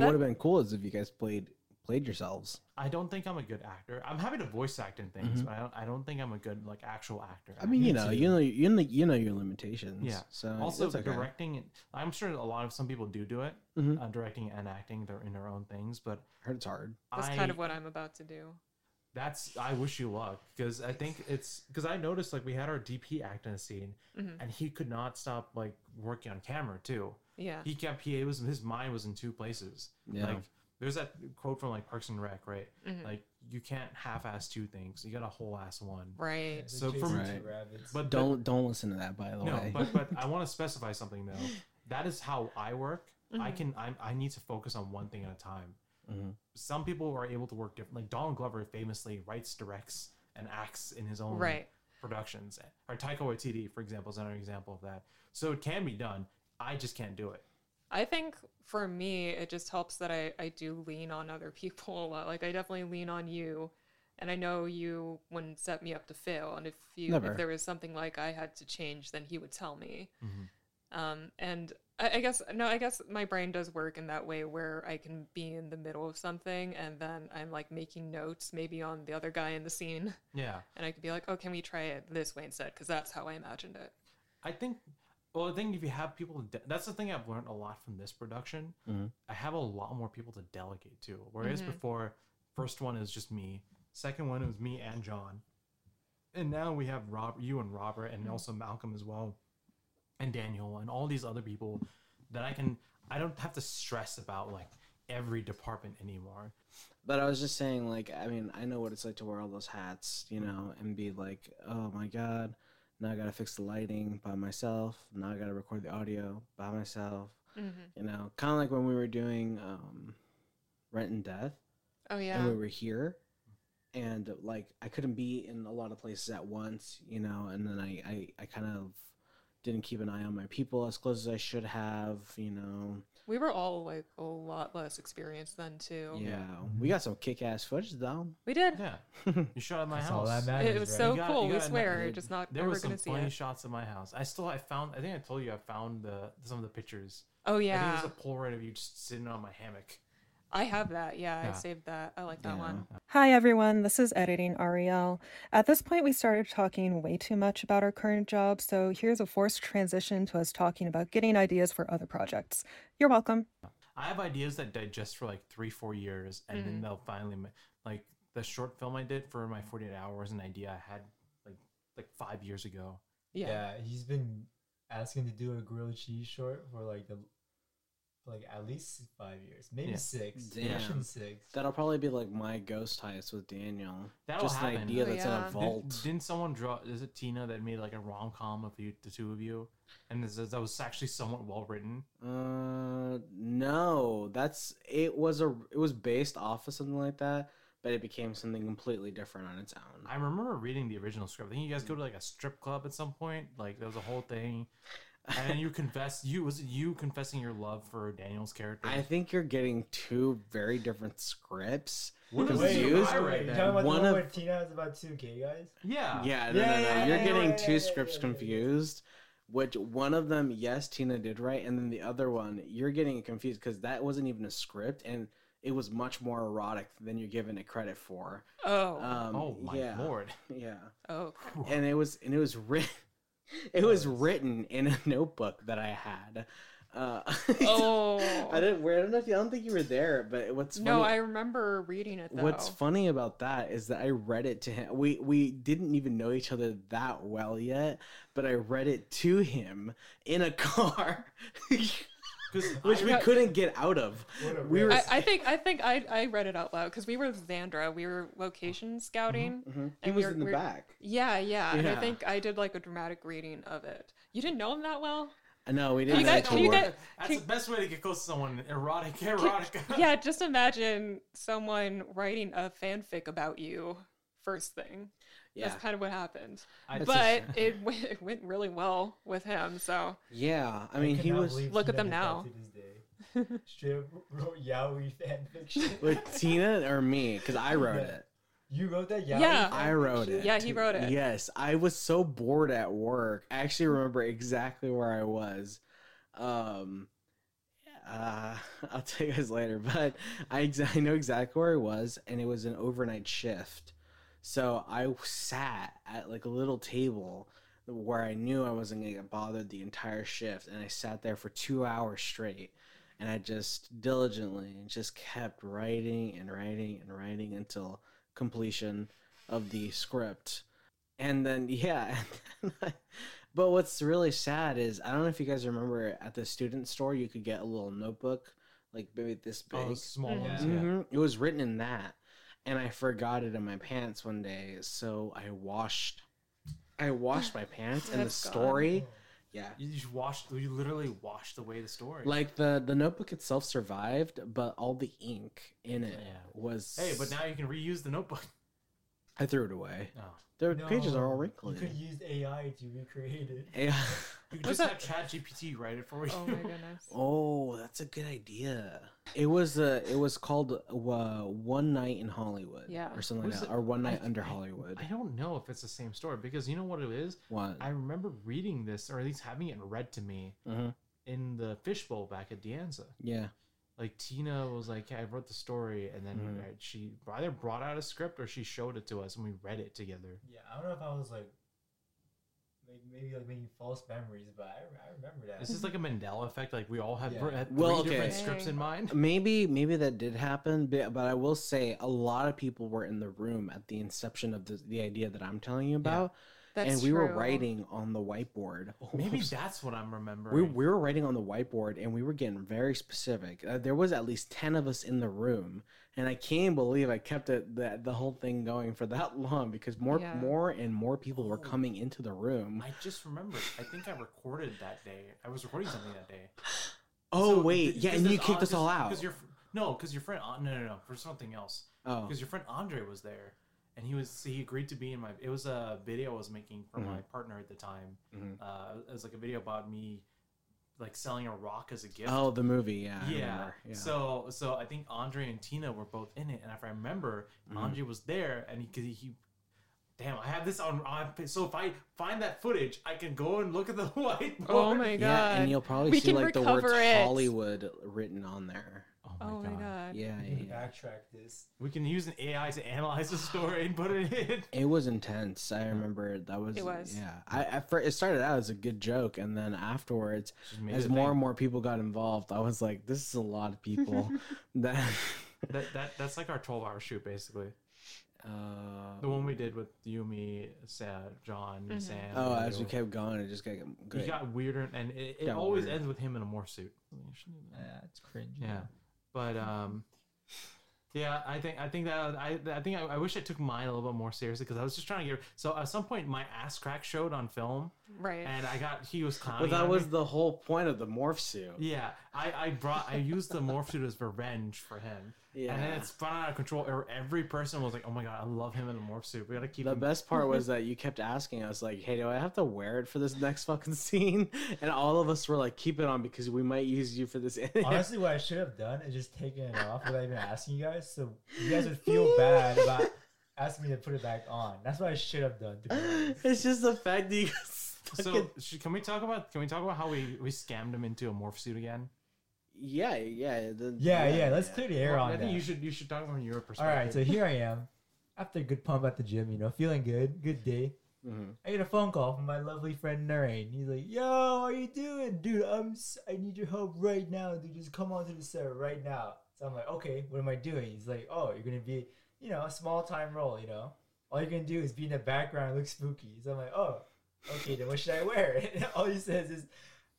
S1: what would have been cool is if you guys played played yourselves.
S3: I don't think I'm a good actor. I'm happy to voice act in things, but I don't, I don't think I'm a good like actual actor.
S1: Mm-hmm. I mean, you know, you know, you know, you know your limitations.
S3: Yeah.
S1: So
S3: also
S1: it's okay.
S3: directing. I'm sure a lot of some people do do it,
S1: Mhm.
S3: uh, directing and acting. They're in their own things, but
S1: I heard it's hard.
S4: That's
S3: I,
S4: kind of what I'm about to do.
S3: that's I wish you luck because I think it's because I noticed like we had our DP act in a scene
S4: Mhm.
S3: and he could not stop like working on camera too.
S4: Yeah.
S3: He kept he was his mind was in two places.
S1: Yeah.
S3: Like there's that quote from like Parks and Rec, right?
S4: Mm-hmm.
S3: Like you can't half-ass two things. You got a whole ass one.
S4: Right.
S2: It's
S3: So
S2: like
S3: for
S2: chasing
S1: Right.
S2: two rabbits.
S3: But the-
S1: Don't don't listen to that. By the
S3: no,
S1: way.
S3: but but I want to specify something though. That is how I work. I can I, I need to focus on one thing at a time.
S1: Mhm.
S3: Some people are able to work different. Like Don Glover famously writes, directs, and acts in his own
S4: Right.
S3: productions. Or Taika Waititi, for example, is another example of that. So it can be done. I just can't do it.
S4: I think for me, it just helps that I, I do lean on other people a lot. Like I definitely lean on you, and I know you wouldn't set me up to fail. And if you
S1: Never.
S4: if there was something like I had to change, then he would tell me.
S1: Mm-hmm.
S4: Um, and I, I guess no, I guess my brain does work in that way where I can be in the middle of something and then I'm like making notes maybe on the other guy in the scene,
S3: Yeah.
S4: and I could be like, oh, can we try it this way instead? Because that's how I imagined it.
S3: I think. Well, I think if you have people, to de- that's the thing I've learned a lot from this production.
S2: Mm-hmm.
S1: Mhm.
S3: I have a lot more people to delegate to. Whereas
S4: Mm-hmm.
S3: before, first one is just me. Second one it was me and John, and now we have Rob, you and Robert,
S4: Mm-hmm.
S3: and also Malcolm as well, and Daniel, and all these other people that I can. I don't have to stress about like every department anymore.
S1: But I was just saying, like, I mean, I know what it's like to wear all those hats, you know, and be like, oh my God, now I got to fix the lighting by myself. Now I got to record the audio by myself,
S4: Mhm.
S1: you know, kind of like when we were doing um, Rent and Death
S4: Oh yeah.
S1: and we were here. And like, I couldn't be in a lot of places at once, you know, and then I, I, I kind of didn't keep an eye on my people as close as I should have, you know.
S4: We were all like a lot less experienced then too.
S1: Yeah.
S3: Mm-hmm.
S1: We got some kick ass footage though.
S4: We did.
S3: Yeah, you shot at my
S2: That's
S3: house.
S2: all that matters.
S4: It was
S2: right?
S4: so
S3: You got-
S4: cool.
S3: you
S4: We
S3: got a
S4: swear,
S3: nugget.
S4: just not
S3: There
S4: ever
S3: was some
S4: gonna see
S3: funny
S4: it.
S3: shots at my house. I still I found I think I told you I found the some of the pictures.
S4: oh
S3: I
S4: yeah,
S3: think there's a Polaroid of you just sitting on my hammock.
S4: I have that. Yeah,
S3: Yeah.
S4: I saved that. I like that
S1: Yeah.
S4: one.
S5: Hi everyone, this is editing Ariel. At this point, we started talking way too much about our current job, so here's a forced transition to us talking about getting ideas for other projects. You're welcome.
S3: I have ideas that digest for like three, four years, and
S4: Mm-hmm.
S3: then they'll finally ma- like the short film I did for my 48 hours. An idea I had like like five years ago.
S4: Yeah.
S2: Yeah, he's been asking to do a grilled cheese short for like the like at least five years, maybe
S3: Yeah.
S2: six,
S1: Damn.
S2: pushing six.
S1: That'll probably be like my ghost heist with Daniel.
S3: That'll
S1: Just
S3: happen.
S1: an idea
S4: Oh,
S1: that's in
S4: yeah.
S1: a
S4: Did-
S1: vault.
S3: Did, not someone draw? Is it Tina that made like a rom com of you, the two of you? And this is, that was actually somewhat well written.
S1: Uh, no, that's it was a it was based off of something like that, but it became something completely different on its own.
S3: I remember reading the original script. I think you guys go to like a strip club at some point. Like there was a whole thing, and then you confess. You was it you confessing your love for Daniel's character?
S1: I think you're getting two very different scripts.
S3: What
S1: Because
S3: is
S1: you-
S3: the
S2: you
S1: used-
S3: pirate
S2: talking
S3: then?
S1: One
S2: about the one
S1: of-
S2: where Tina has about two gay guys?
S4: Ah.
S3: Yeah.
S1: Yeah, no,
S2: Yeah,
S1: no, no.
S2: yeah,
S1: you're
S2: yeah,
S1: getting
S2: yeah,
S1: two
S2: yeah, yeah,
S1: scripts
S2: yeah, yeah, yeah.
S1: confused. Which one of them, yes, Tina did right, and then the other one, you're getting it confused because that wasn't even a script, and it was much more erotic than you're giving it credit for.
S4: Oh.
S1: Um,
S3: Oh my
S1: yeah,
S3: lord.
S1: yeah.
S4: oh. crap.
S1: and it was and it was written
S4: Oh,
S1: it was written in a notebook that i had uh
S4: Oh.
S1: i didn't where i don't know if you, i don't think you were there but what's funny,
S4: no, I remember reading it though.
S1: what's funny about that is that i read it to him we we didn't even know each other that well yet but i read it to him in a car which we
S4: I-
S1: couldn't get out of
S2: What a
S1: We
S2: rip.
S1: were-
S4: I, I think I think I, I read it out loud because we were with Xandra. We were
S3: Mm-hmm.
S4: location scouting.
S1: Mhm. he
S4: And
S1: was
S4: we're-
S1: in the
S4: we're-
S1: back
S4: Yeah, yeah, And I
S1: Yeah.
S4: think I did like a dramatic reading of it. You didn't know him that well.
S1: no we
S4: Can
S1: didn't
S4: you
S1: know
S4: guys?
S1: each
S4: Can you
S1: other.
S4: guys?
S3: That's
S4: can-
S3: the best way to get close to someone. Erotic, erotica.
S4: yeah, just imagine someone writing a fanfic about you first thing.
S1: yeah
S4: That's kind of what happened.
S3: I-
S4: but it, went, it went really well with him. So
S1: yeah i mean he
S2: cannot
S1: was
S2: believe
S4: Look at
S2: Tina
S4: them
S2: did that
S4: now.
S2: To this day. Straight up wrote yaoi fanfiction.
S1: with tina or me because i wrote it
S2: You wrote that yaoi?
S4: Yeah.
S1: I wrote
S2: fanfiction?
S1: it.
S4: Yeah, he wrote it.
S1: Yes, I was so bored at work. I actually remember exactly where I was. Um, uh, I'll tell you guys later, but I, exa- I know exactly where I was, and it was an overnight shift. So I sat at like a little table where I knew I wasn't going to get bothered the entire shift, and I sat there for two hours straight. And I just diligently just kept writing and writing and writing until completion of the script. And then, yeah. And then I- but what's really sad is I don't know if you guys remember at the student store, you could get a little notebook, like maybe this big.
S3: Oh, those small
S4: Mhm.
S3: ones. Yeah.
S1: Mhm. It was written in that, and I forgot it in my pants one day, so I washed. I washed my pants, and the
S4: That's gone.
S1: story, yeah,
S3: You just washed. You literally washed away the story.
S1: like the the notebook itself survived, but all the ink in it
S3: Yeah.
S1: was.
S3: hey, but now you can reuse the notebook. Oh.
S1: I threw it away.
S3: No.
S1: The pages are all
S2: You could
S1: wrinkled.
S2: use AI to recreate it.
S1: Yeah.
S3: You can
S4: What's
S3: just
S4: that?
S3: have ChatGPT write it for you.
S4: Oh my goodness.
S1: Oh, that's a good idea. It was uh, it was called uh, One Night in Hollywood,
S4: Yeah.
S1: or something
S3: Was
S1: like that,
S3: it-
S1: or One Night
S3: I-
S1: Under
S3: I-
S1: Hollywood.
S3: I don't know if it's the same story because you know what it is.
S1: One.
S3: I remember reading this, or at least having it read to me
S1: Mhm.
S3: in the fishbowl back at Dianza.
S1: Yeah.
S3: Like Tina was like, "Hey, I wrote the story," and then
S1: Mhm.
S3: uh, she either brought out a script or she showed it to us, and we read it together.
S2: Yeah, I don't know if I was like, like maybe like making false memories, but I, I remember that.
S3: This is like a Mandela effect. Like we all have,
S2: Yeah.
S3: ver- had three
S1: Well,
S3: different
S1: okay.
S3: scripts in mind.
S1: Maybe maybe that did happen, but, but I will say a lot of people were in the room at the inception of the, the idea that I'm telling you about,
S4: That's
S1: and we were
S4: true.
S1: writing on the whiteboard.
S3: Maybe that's what I'm remembering.
S1: we, we were writing on the whiteboard, and we were getting very specific. Uh, there was at least ten of us in the room, and I can't believe I kept it the, the whole thing going for that long because more
S4: Yeah.
S1: more and more people were
S3: Oh.
S1: coming into the room.
S3: I just remembered. I think I recorded that day. I was recording something that day.
S1: Oh
S3: So,
S1: wait,
S3: th-
S1: yeah,
S3: 'cause
S1: and you
S3: there's
S1: kicked
S3: An-
S1: us all out.
S3: Cause your, fr- no, because your friend. Uh, no, no, no, for something else.
S1: oh,
S3: Because your friend Andre was there, and he was he agreed to be in my. It was a video I was making for
S1: Mm-hmm.
S3: my partner at the time.
S1: Mhm.
S3: Uh, it was like a video about me, like selling a rock as a gift.
S1: oh, the movie, yeah, I
S3: yeah.
S1: remember, yeah.
S3: So so I think Andre and Tina were both in it, and if I remember,
S1: Mm-hmm.
S3: Andre was there, and he 'cause he. Damn, I have this on. on- So if I find that footage, I can go and look at the whiteboard.
S4: Oh my god.
S1: Yeah, and you'll probably
S4: We
S1: see
S4: can
S1: like the words
S4: recover it.
S1: Hollywood written on there.
S4: Oh my god.
S1: Yeah,
S2: I
S1: yeah,
S2: can
S1: yeah.
S2: backtrack this.
S3: We can use an AI to analyze the story and put it in.
S1: It was intense. I remember that was.
S4: It was.
S1: Yeah, I, I fir- it started out as a good joke, and then afterwards,
S3: Just made
S1: as
S3: it
S1: more
S3: big.
S1: and more people got involved, I was like, "This is a lot of people." that.
S3: that, that that's like our twelve hour shoot basically.
S1: Uh,
S3: The one we did with you, me, Sa- John, Sam.
S1: oh,
S3: and
S1: as we
S3: Leo.
S1: kept going, it just got
S3: he
S1: good.
S3: got weirder, and it, it
S1: Got
S3: always
S1: weirder.
S3: ends with him in a morph suit. You should do that.
S2: it's cringe.
S3: Yeah, but um, yeah, I think I think that I I think I, I wish I took mine a little bit more seriously because I was just trying to get. So at some point, my ass crack showed on film,
S4: Right.
S3: and I got he was
S1: but
S3: clowning.
S1: that
S3: on
S1: was
S3: me.
S1: the whole point of the morph suit.
S3: yeah. I I brought I used the morph suit as revenge for him. And then
S1: Yeah.
S3: it's spun out of control. or Every person was like, "Oh my god, I love him in the morph suit. We gotta keep
S1: The
S3: him."
S1: best part was that you kept asking us, like, "Hey, do I have to wear it for this next fucking scene?" And all of us were like, "Keep it on because we might use you for this."
S2: Honestly, what I should have done is just taken it off without even asking you guys, so you guys would feel bad about asking me to put it back on. That's what I should have done. To be honest.
S1: it's just the fact that you got stuck
S3: So
S1: in-
S3: should, can we talk about can we talk about how we we scammed him into a morph suit again?
S1: Yeah, yeah, the,
S2: Yeah, yeah. Let's clear the air
S3: Well,
S2: on
S3: I
S2: that.
S3: think you should you should talk from your
S2: All
S3: perspective.
S2: right, so here I am, after a good pump at the gym. You know, feeling good. Good day.
S1: Mhm.
S2: I get a phone call from my lovely friend Narain. He's like, "Yo, how you doing, dude? I'm s- I need your help right now, dude. Just come onto the set right now." So I'm like, "Okay, what am I doing?" He's like, "Oh, you're gonna be, you know, a small time role. You know, all you're gonna do is be in the background and look spooky." So I'm like, "Oh, okay. Then what should I wear?" And all he says is,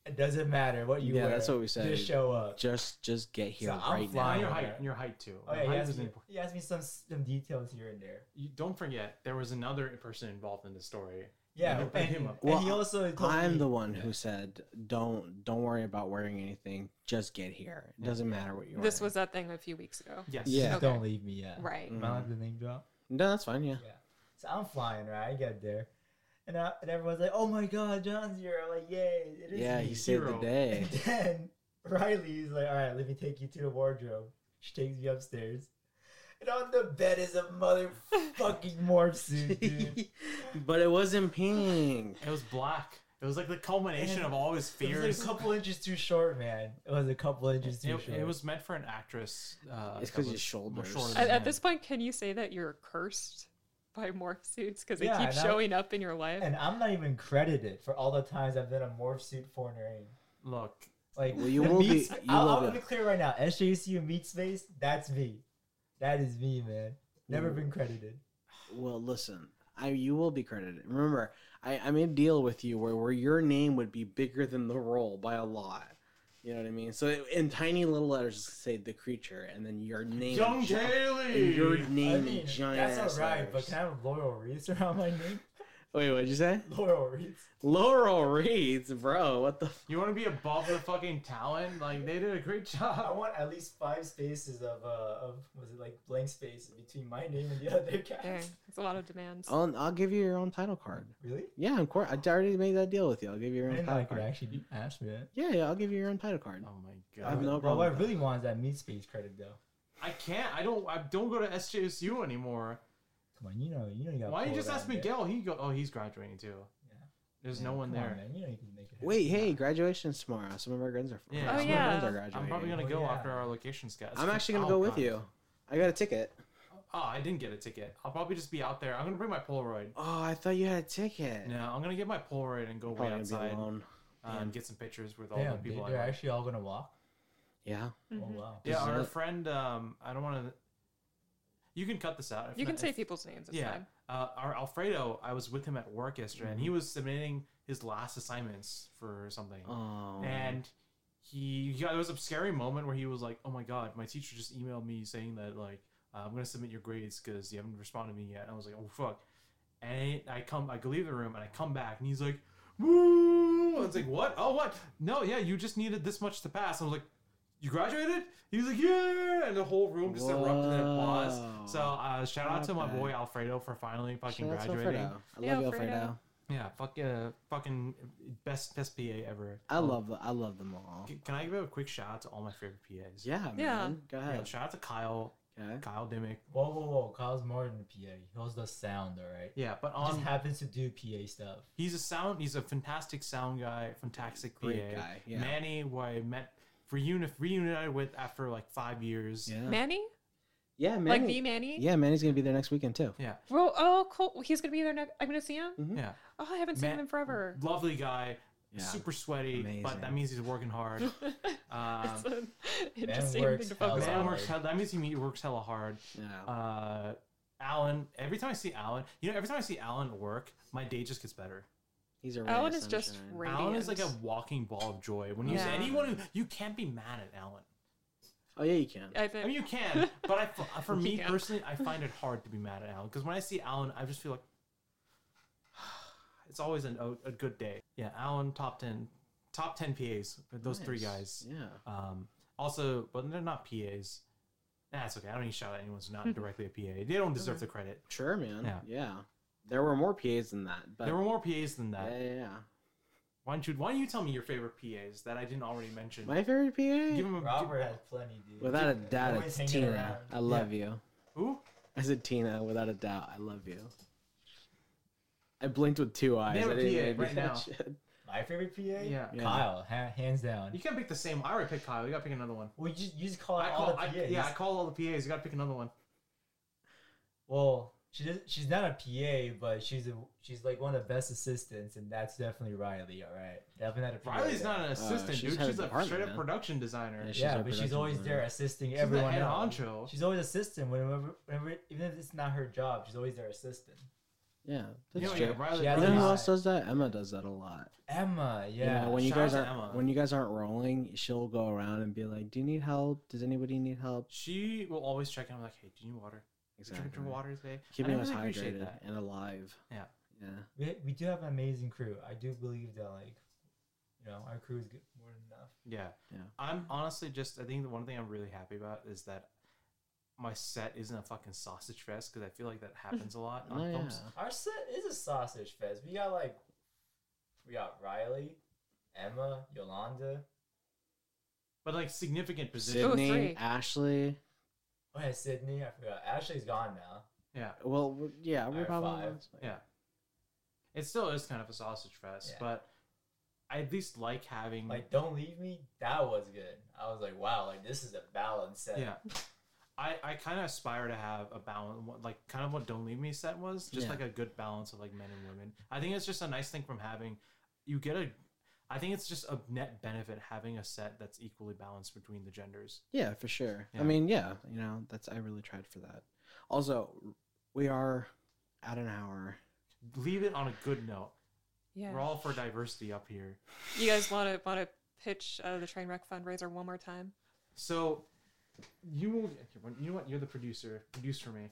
S2: "It doesn't matter what you
S1: Yeah,
S2: wear.
S1: that's what we said.
S2: Just show up."
S1: just just get here
S2: So I'm
S1: right now.
S3: Now
S2: flying.
S3: your height and your height too.
S2: Oh
S3: The
S2: yeah, he
S3: height
S2: asked,
S3: is
S2: me,
S3: important.
S2: he asked me some some details here and there.
S3: You, don't forget there was another person involved in the story.
S2: Yeah,
S3: You
S2: and,
S3: bring him up.
S2: and
S1: Well,
S2: he also told
S1: I'm
S2: me,
S1: the one who said, "Don't don't worry about wearing anything. Just get here. It doesn't matter what you."
S4: This was that thing a few weeks ago.
S3: Yes.
S1: Yeah.
S2: Don't leave me yet.
S4: Right.
S1: Mm-hmm.
S2: Am I allowed to name drop?
S1: No, that's fine. Yeah.
S2: Yeah. So I'm flying, right? I get there. And, I, and everyone's like, oh my god, John's here. I'm like, yay, it is
S1: Yeah,
S2: me."
S1: he saved the
S3: hero.
S1: day.
S2: And then Riley's like, all right, let me take you to the wardrobe. She takes me upstairs. And on the bed is a motherfucking morph suit, dude.
S1: but it wasn't pink.
S3: It was black. It was like the culmination of all his
S2: It was
S3: fears.
S2: like a couple inches too short, man. It was a couple inches too
S3: It,
S2: short.
S3: it was meant for an actress. Uh,
S1: It's
S3: that
S1: 'cause your
S3: was
S1: shoulders.
S3: shorter than
S4: At, at
S3: him.
S4: this point, can you say that you're cursed by morph suits because they
S2: Yeah,
S4: keep
S2: and I-
S4: showing up in your life?
S2: and I'm not even credited for all the times I've been a morph suit for Noreen.
S3: look,
S2: Like
S1: Well, you
S2: the
S1: will
S2: meat
S1: be-
S2: sp-
S1: you
S2: I'll,
S1: will
S2: I'll
S1: be.
S2: be clear right now. SJCU meat space. That's me. That is me, man. Never been credited.
S1: Well, listen, I you will be credited. Remember, I, I made a deal with you where, where your name would be bigger than the role by a lot. You know what I mean? So it, in tiny little letters, say the creature, and then your name.
S3: Young
S1: in gi-
S3: Daly.
S1: and your
S2: I
S1: name
S2: mean,
S1: in giant.
S2: that's
S1: ass
S2: alright, but
S1: letters.
S2: can I have Laurel Reese around my name?
S1: Wait, what'd you say?
S2: Laurel Reese.
S1: Laurel Reeds, bro. What the? F-
S3: you want to be above the fucking talent? Like they did a great
S2: I
S3: job.
S2: want at least five spaces of uh of was it like blank spaces between my name and the other guy.
S4: Dang, that's a lot of demands.
S1: I'll, I'll give you your own title card.
S2: Really?
S1: Yeah, of course. I already made that deal with you. I'll give you
S2: I
S1: your own
S2: didn't know
S1: title
S2: I could
S1: card.
S2: actually be asked for that.
S1: Yeah, yeah, I'll give you your own title card.
S3: Oh my
S1: I have
S3: god,
S1: no
S2: Bro, what I
S1: problem. with
S2: really want is that meat space credit though.
S3: I can't. I don't. I don't go to SJSU anymore.
S2: Come on, you know, you know you got.
S3: Why you just ask Miguel? He go. Oh, he's graduating too.
S2: Yeah.
S3: There's no one there.
S2: man. You know you can make it.
S1: that. Wait, hey, graduation's tomorrow. Some of our friends are.
S3: Yeah.
S1: some
S4: Oh,
S1: of our
S4: yeah.
S1: friends are graduating.
S3: I'm probably gonna
S2: Oh,
S3: go
S2: yeah.
S3: after our location scouts.
S1: I'm actually gonna go with you. I got a ticket.
S3: Oh, I didn't get a ticket. I'll probably just be out there. I'm gonna bring my Polaroid.
S1: Oh, I thought you had a ticket.
S3: No, I'm gonna get my Polaroid and go
S1: probably
S3: wait
S1: gonna be
S3: outside
S1: alone.
S3: uh,
S1: Damn.
S3: and get some pictures with all
S2: Damn,
S3: the people.
S2: they,
S3: I
S2: they're
S3: like.
S2: actually all gonna walk.
S1: Yeah.
S2: Oh
S4: Mhm.
S2: wow.
S3: Yeah,
S1: This is
S3: our
S1: it.
S3: friend. Um, I don't want to. You can cut this out. if
S4: You
S3: not-
S4: can say
S3: if-
S4: people's names. It's
S3: Yeah,
S4: fine.
S3: uh, our Alfredo. I was with him at work yesterday, and he was submitting his last assignments for something.
S1: Mm-hmm. Oh.
S3: and he, yeah, there was a scary moment where he was like, "Oh my god, my teacher just emailed me saying that like uh, I'm gonna submit your grades because you haven't responded to me yet." And I was like, "Oh fuck!" And I come, I leave the room, and I come back, and he's like, "Woo!" And it's like, "What? Oh what? No, yeah, you just needed this much to pass." I was like. You graduated? He was like, yeah, and the whole room just erupted in applause. So
S1: Wow.
S3: uh, shout out to my
S1: Okay.
S3: boy Alfredo for finally fucking
S1: Shout out to
S3: graduating.
S1: Alfredo. I love
S4: Yeah,
S1: you,
S4: Alfredo.
S1: Alfredo.
S3: Yeah, fuck uh, fucking best best PA ever.
S1: I
S3: Um,
S1: love the, I love them all.
S3: C- Can I give a quick shout out to all my favorite PAs?
S1: Yeah, man. Go
S3: Yeah,
S1: ahead.
S3: shout out to Kyle,
S1: Okay.
S3: Kyle Dimick.
S2: Whoa, whoa, whoa! Kyle's more than a PA. He also does sound, all right.
S3: Yeah, but
S2: He just
S3: on
S2: happens to do PA stuff.
S3: he's a sound, he's a fantastic sound guy, fantastic PA.
S1: Great guy, yeah.
S3: Manny, who I met reuni- reunited with after like five years.
S1: Yeah.
S4: Manny?
S1: yeah, Manny.
S4: Like the Manny?
S1: yeah, Manny's gonna be there next weekend too.
S3: yeah,
S4: Well, oh, cool. He's gonna be there next. I'm gonna see him.
S1: Mhm.
S3: yeah.
S4: Oh, I haven't seen
S3: Man-
S4: him in forever.
S3: Lovely guy,
S1: Yeah.
S3: super sweaty, but
S1: Amazing.
S3: that means he's working hard. um,
S4: it's an interesting
S2: works
S4: thing to focus
S2: hella
S3: man
S4: on.
S3: works hard. That means he meet- works hella hard.
S1: Yeah.
S3: Uh, Alan, every time I see Alan, you know, every time I see Alan at work, my day just gets better.
S1: He's a ray
S4: Alan
S1: of
S4: is just
S1: sunshine.
S4: radiant.
S3: Alan is like a walking ball of joy. When you
S4: Yeah.
S3: anyone, who- you can't be mad at Alan.
S1: Oh yeah, you can.
S4: I
S3: I
S4: think.
S3: mean, you can, but I, fi- for me
S4: Yeah.
S3: personally, I find it hard to be mad at Alan because when I see Alan, I just feel like it's always an, a, a good day. Yeah, Alan, top ten, top ten PAs. Those three
S1: Nice.
S3: guys.
S1: Yeah.
S3: Um, also, but they're not PAs. That's okay. I don't need to shout out anyone who's not directly a PA. They don't deserve the credit.
S1: Sure, man.
S3: Yeah.
S1: Yeah. There were more PAs than that, but
S3: there were more PAs than that.
S1: yeah, yeah, yeah.
S3: Why don't you? Why don't you tell me your favorite PAs that I didn't already mention?
S1: My favorite PA,
S3: Give him a
S2: Robert has plenty, dude.
S1: without a
S2: He's
S1: doubt,
S2: always
S1: it's
S2: hanging
S1: Tina.
S2: around.
S1: I love you.
S3: who?
S1: I said Tina, without a doubt. I love you. I blinked with two eyes.
S3: Name
S1: I
S3: a
S1: didn't
S3: PA
S1: even do
S3: right
S1: that
S3: now.
S1: shit.
S2: My favorite PA.
S3: Yeah.
S1: Yeah.
S2: Kyle, ha- hands down.
S3: You can't pick the same. I already picked Kyle. You gotta pick another one.
S2: Well, you just, you just call
S3: I
S2: out all
S3: call,
S2: the
S3: I,
S2: PAs.
S3: yeah, I call all the PAs. You gotta pick another one.
S2: Well, she does, she's not a PA, but she's a she's like one of the best assistants, and that's definitely Riley. All right, definitely not a PA.
S3: Riley's
S2: though.
S3: not an assistant,
S1: Uh, she's
S3: dude.
S1: head of
S3: She's a
S1: department,
S3: straight up
S1: man.
S3: production designer.
S1: Yeah, she's
S2: yeah,
S1: our
S2: but she's
S1: production
S2: always
S1: designer.
S2: there assisting
S3: She's the
S2: everyone
S3: head
S2: else.
S3: honcho.
S2: She's always assisting whenever, whenever, even if it's not her job, she's always their assistant.
S1: Yeah, that's
S3: You know,
S1: true.
S3: yeah, Riley,
S2: She has
S1: you know who
S2: Riley's hot.
S3: Riley's,
S1: else does that? Emma does that a lot.
S2: Emma,
S1: You know,
S2: yeah.
S1: when you
S3: shout out
S1: guys
S3: to
S1: aren't
S3: Emma.
S1: when you guys aren't rolling, she'll go around and be like, "Do you need help? Does anybody need help?"
S3: she will always check in. I'm like, hey, do you need water? Did you Drink your water today. And
S1: Keeping
S3: I
S1: us
S3: really appreciate
S1: hydrated
S3: that.
S1: and alive.
S3: Yeah.
S1: Yeah.
S2: we, we do have an amazing crew. I do believe that, like, you know, our crew is good, more than enough.
S3: Yeah.
S1: Yeah.
S3: I'm honestly just. I think the one thing I'm really happy about is that my set isn't a fucking sausage fest because I feel like that happens a lot on
S1: Oh, yeah.
S3: films.
S2: Our set is a sausage fest. We got like, we got Riley, Emma, Yolanda.
S3: But like significant position.
S4: Sid-
S1: Sydney,
S4: three.
S1: Ashley.
S2: Oh yeah, Sydney. I forgot. Ashley's gone now.
S3: Yeah.
S1: Well, we're- yeah, we're
S2: Our
S1: probably
S2: five.
S1: lost, like-
S3: Yeah. It still is kind of a sausage fest,
S2: Yeah.
S3: but I at least like
S1: Mm.
S3: having
S2: Like, don't leave me. That was good. I was like, wow, like this is a balance set.
S3: yeah. I, I kind of aspire to have a balance, what- like kind of what Don't Leave Me set was, just
S1: Yeah.
S3: like a good balance of like men and women. I think it's just a nice thing from having, you get a, I think it's just a net benefit having a set that's equally balanced between the genders.
S1: Yeah, for sure.
S3: Yeah.
S1: I mean, yeah, you know, that's I really tried for that. Also, we are at an hour.
S3: Leave it on a good note.
S4: Yeah.
S3: We're all for diversity up here.
S4: You guys want to want to pitch uh, the Trainwreck fundraiser one more time?
S3: So, you will. You know what? You're the producer. Produce for me.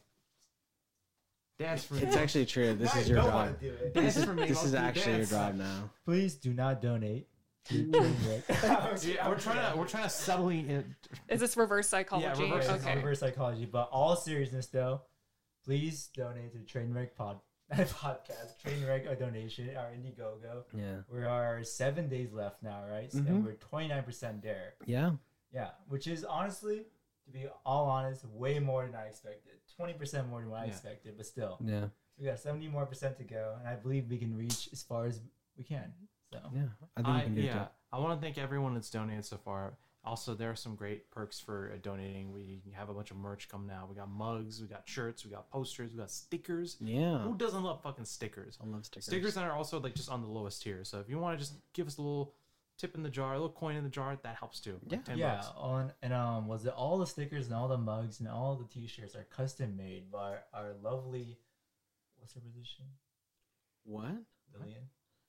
S3: Dance for me.
S1: It's actually true. This
S2: I
S1: is your
S2: don't
S1: job.
S2: want to do it.
S1: This is,
S3: For me,
S1: this
S3: I'll
S1: is
S3: do
S1: actually your
S3: dance.
S1: job now.
S2: Please do not donate.
S3: Yeah, we're trying to we're trying to subtly it.
S4: Is this reverse psychology?
S3: reverse
S4: okay.
S3: psychology.
S2: reverse psychology. But all seriousness though, please donate to Trainwreck Pod podcast. Trainwreck a donation, our Indiegogo.
S1: Yeah.
S2: We are seven days left now, right? So-
S1: Mhm.
S2: And we're twenty nine percent there.
S1: Yeah.
S2: Yeah, which is honestly, to be all honest, way more than I expected. Twenty percent more than what I
S3: Yeah.
S2: expected, but still,
S1: Yeah.
S2: we got seventy more percent to go, and I believe we can reach as far as we can. So
S1: Yeah. I think
S3: I,
S1: you can do
S3: yeah,
S1: it.
S3: I want to thank everyone that's donated so far. Also, there are some great perks for uh, donating. We have a bunch of merch coming out. We got mugs, we got shirts, we got posters, we got stickers.
S1: too. Yeah.
S3: Who doesn't love fucking stickers?
S1: I love stickers.
S3: Stickers that are also like just on the lowest tier. So if you want to just give us a little tip in the jar, a little coin in the jar, that helps too. Like
S1: Yeah.
S3: 10
S2: yeah,
S3: bucks.
S2: on and um, was it all the stickers and all the mugs and all the T-shirts are custom made by our lovely, what's her position?
S1: What?
S2: Lillian,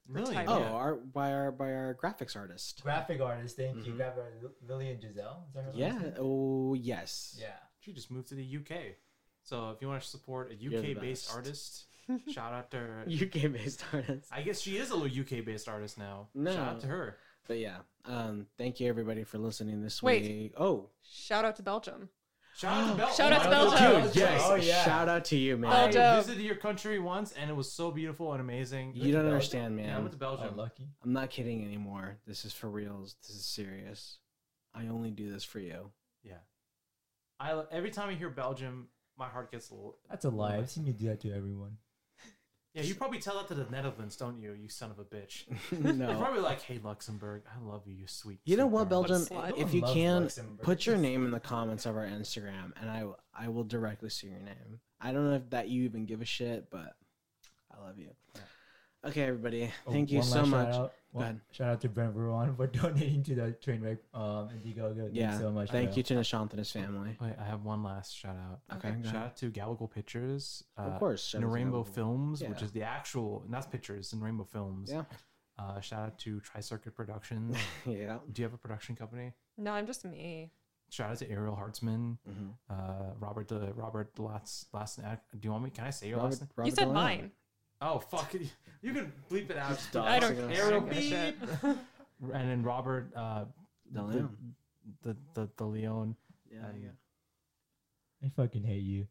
S3: Really?
S4: type.
S1: Oh,
S3: Yeah.
S1: our by our by our graphics artist.
S2: graphic artist. Thank you,
S1: Mhm.
S2: graphic artist Lillian Giselle. Is that her last
S1: Yeah.
S2: name?
S1: Oh, yes.
S2: yeah.
S3: She just moved to the UK. So if you want to support a
S1: You're the
S3: UK based
S1: best.
S3: artist, shout out to her.
S1: UK based artist.
S3: I guess she is a little UK based artist now.
S1: No.
S3: Shout out to her.
S1: But yeah. Um. Thank you everybody for listening this
S4: Wait.
S1: week. Oh.
S4: Shout out to Belgium.
S3: Shout out to Belgium.
S4: Shout out to
S2: Oh,
S4: Belgium.
S2: Belgium.
S1: Dude, yes.
S2: Oh, yeah. Oh,
S1: Shout out to you, man.
S3: I
S4: Belgium.
S3: visited your country once and it was so beautiful and amazing.
S1: You don't understand, man.
S3: Yeah, I went to
S2: Oh,
S3: Belgium.
S2: lucky.
S1: I'm not kidding anymore. This is for reals. This is serious. I only do this for you.
S3: yeah. I every time I hear Belgium, my heart gets a little.
S2: That's a lie. I've seen you do that to everyone.
S3: Yeah, you probably tell that to the Netherlands, don't you? You son of a bitch. You're
S1: no.
S3: probably like, hey Luxembourg, I love you, you sweet.
S1: You know
S3: sweet
S1: what,
S3: darling."
S1: Belgium?
S4: Slut.
S1: If you
S2: Everyone loves
S1: can,
S2: Luxembourg.
S1: put your name in the comments of our Instagram, and I I will directly see your name. I don't know if that you even give a shit, but I love you. Okay, everybody.
S2: Oh,
S1: Thank you
S2: one
S1: so
S2: last
S1: much.
S2: Shout out, one-
S1: ahead.
S2: shout out to Brent Ruan for donating to the train wreck um, Indiegogo. Thank
S1: yeah.
S2: you so much.
S1: Thank
S2: bro.
S1: you to Nishant and his family.
S3: Wait, I have one last shout out.
S1: Okay, go
S3: Shout
S1: ahead.
S3: out to Galagal Pictures. Uh,
S1: of course. shout
S3: And
S1: out to
S3: Rainbow
S1: Gullible.
S3: Films, which
S1: Yeah.
S3: is the actual, and that's pictures and Rainbow Films.
S1: Yeah.
S3: Uh, shout out to Tricircuit Productions.
S1: Yeah.
S3: Do you have a production company?
S4: No, I'm just me.
S3: Shout out to Ariel Hartzman,
S1: Mm-hmm.
S3: uh, Robert the Robert the last last. na- Do you want me? Can I say your last name?
S4: you said mine.
S3: Oh fuck! it. You can bleep it out.
S1: Stop.
S4: I don't
S1: Ariel
S4: care. I don't give a
S3: Beep.
S4: shit.
S3: And then Robert uh,
S1: De
S3: the,
S1: Leon.
S3: the the the Leon.
S1: Yeah.
S3: Um,
S1: Uh, yeah.
S2: I fucking hate you.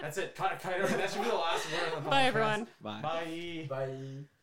S3: That's it. Cut, cut, it. that should be the last word. on the
S4: Bye,
S3: podcast.
S4: everyone.
S1: Bye.
S3: Bye.
S2: Bye.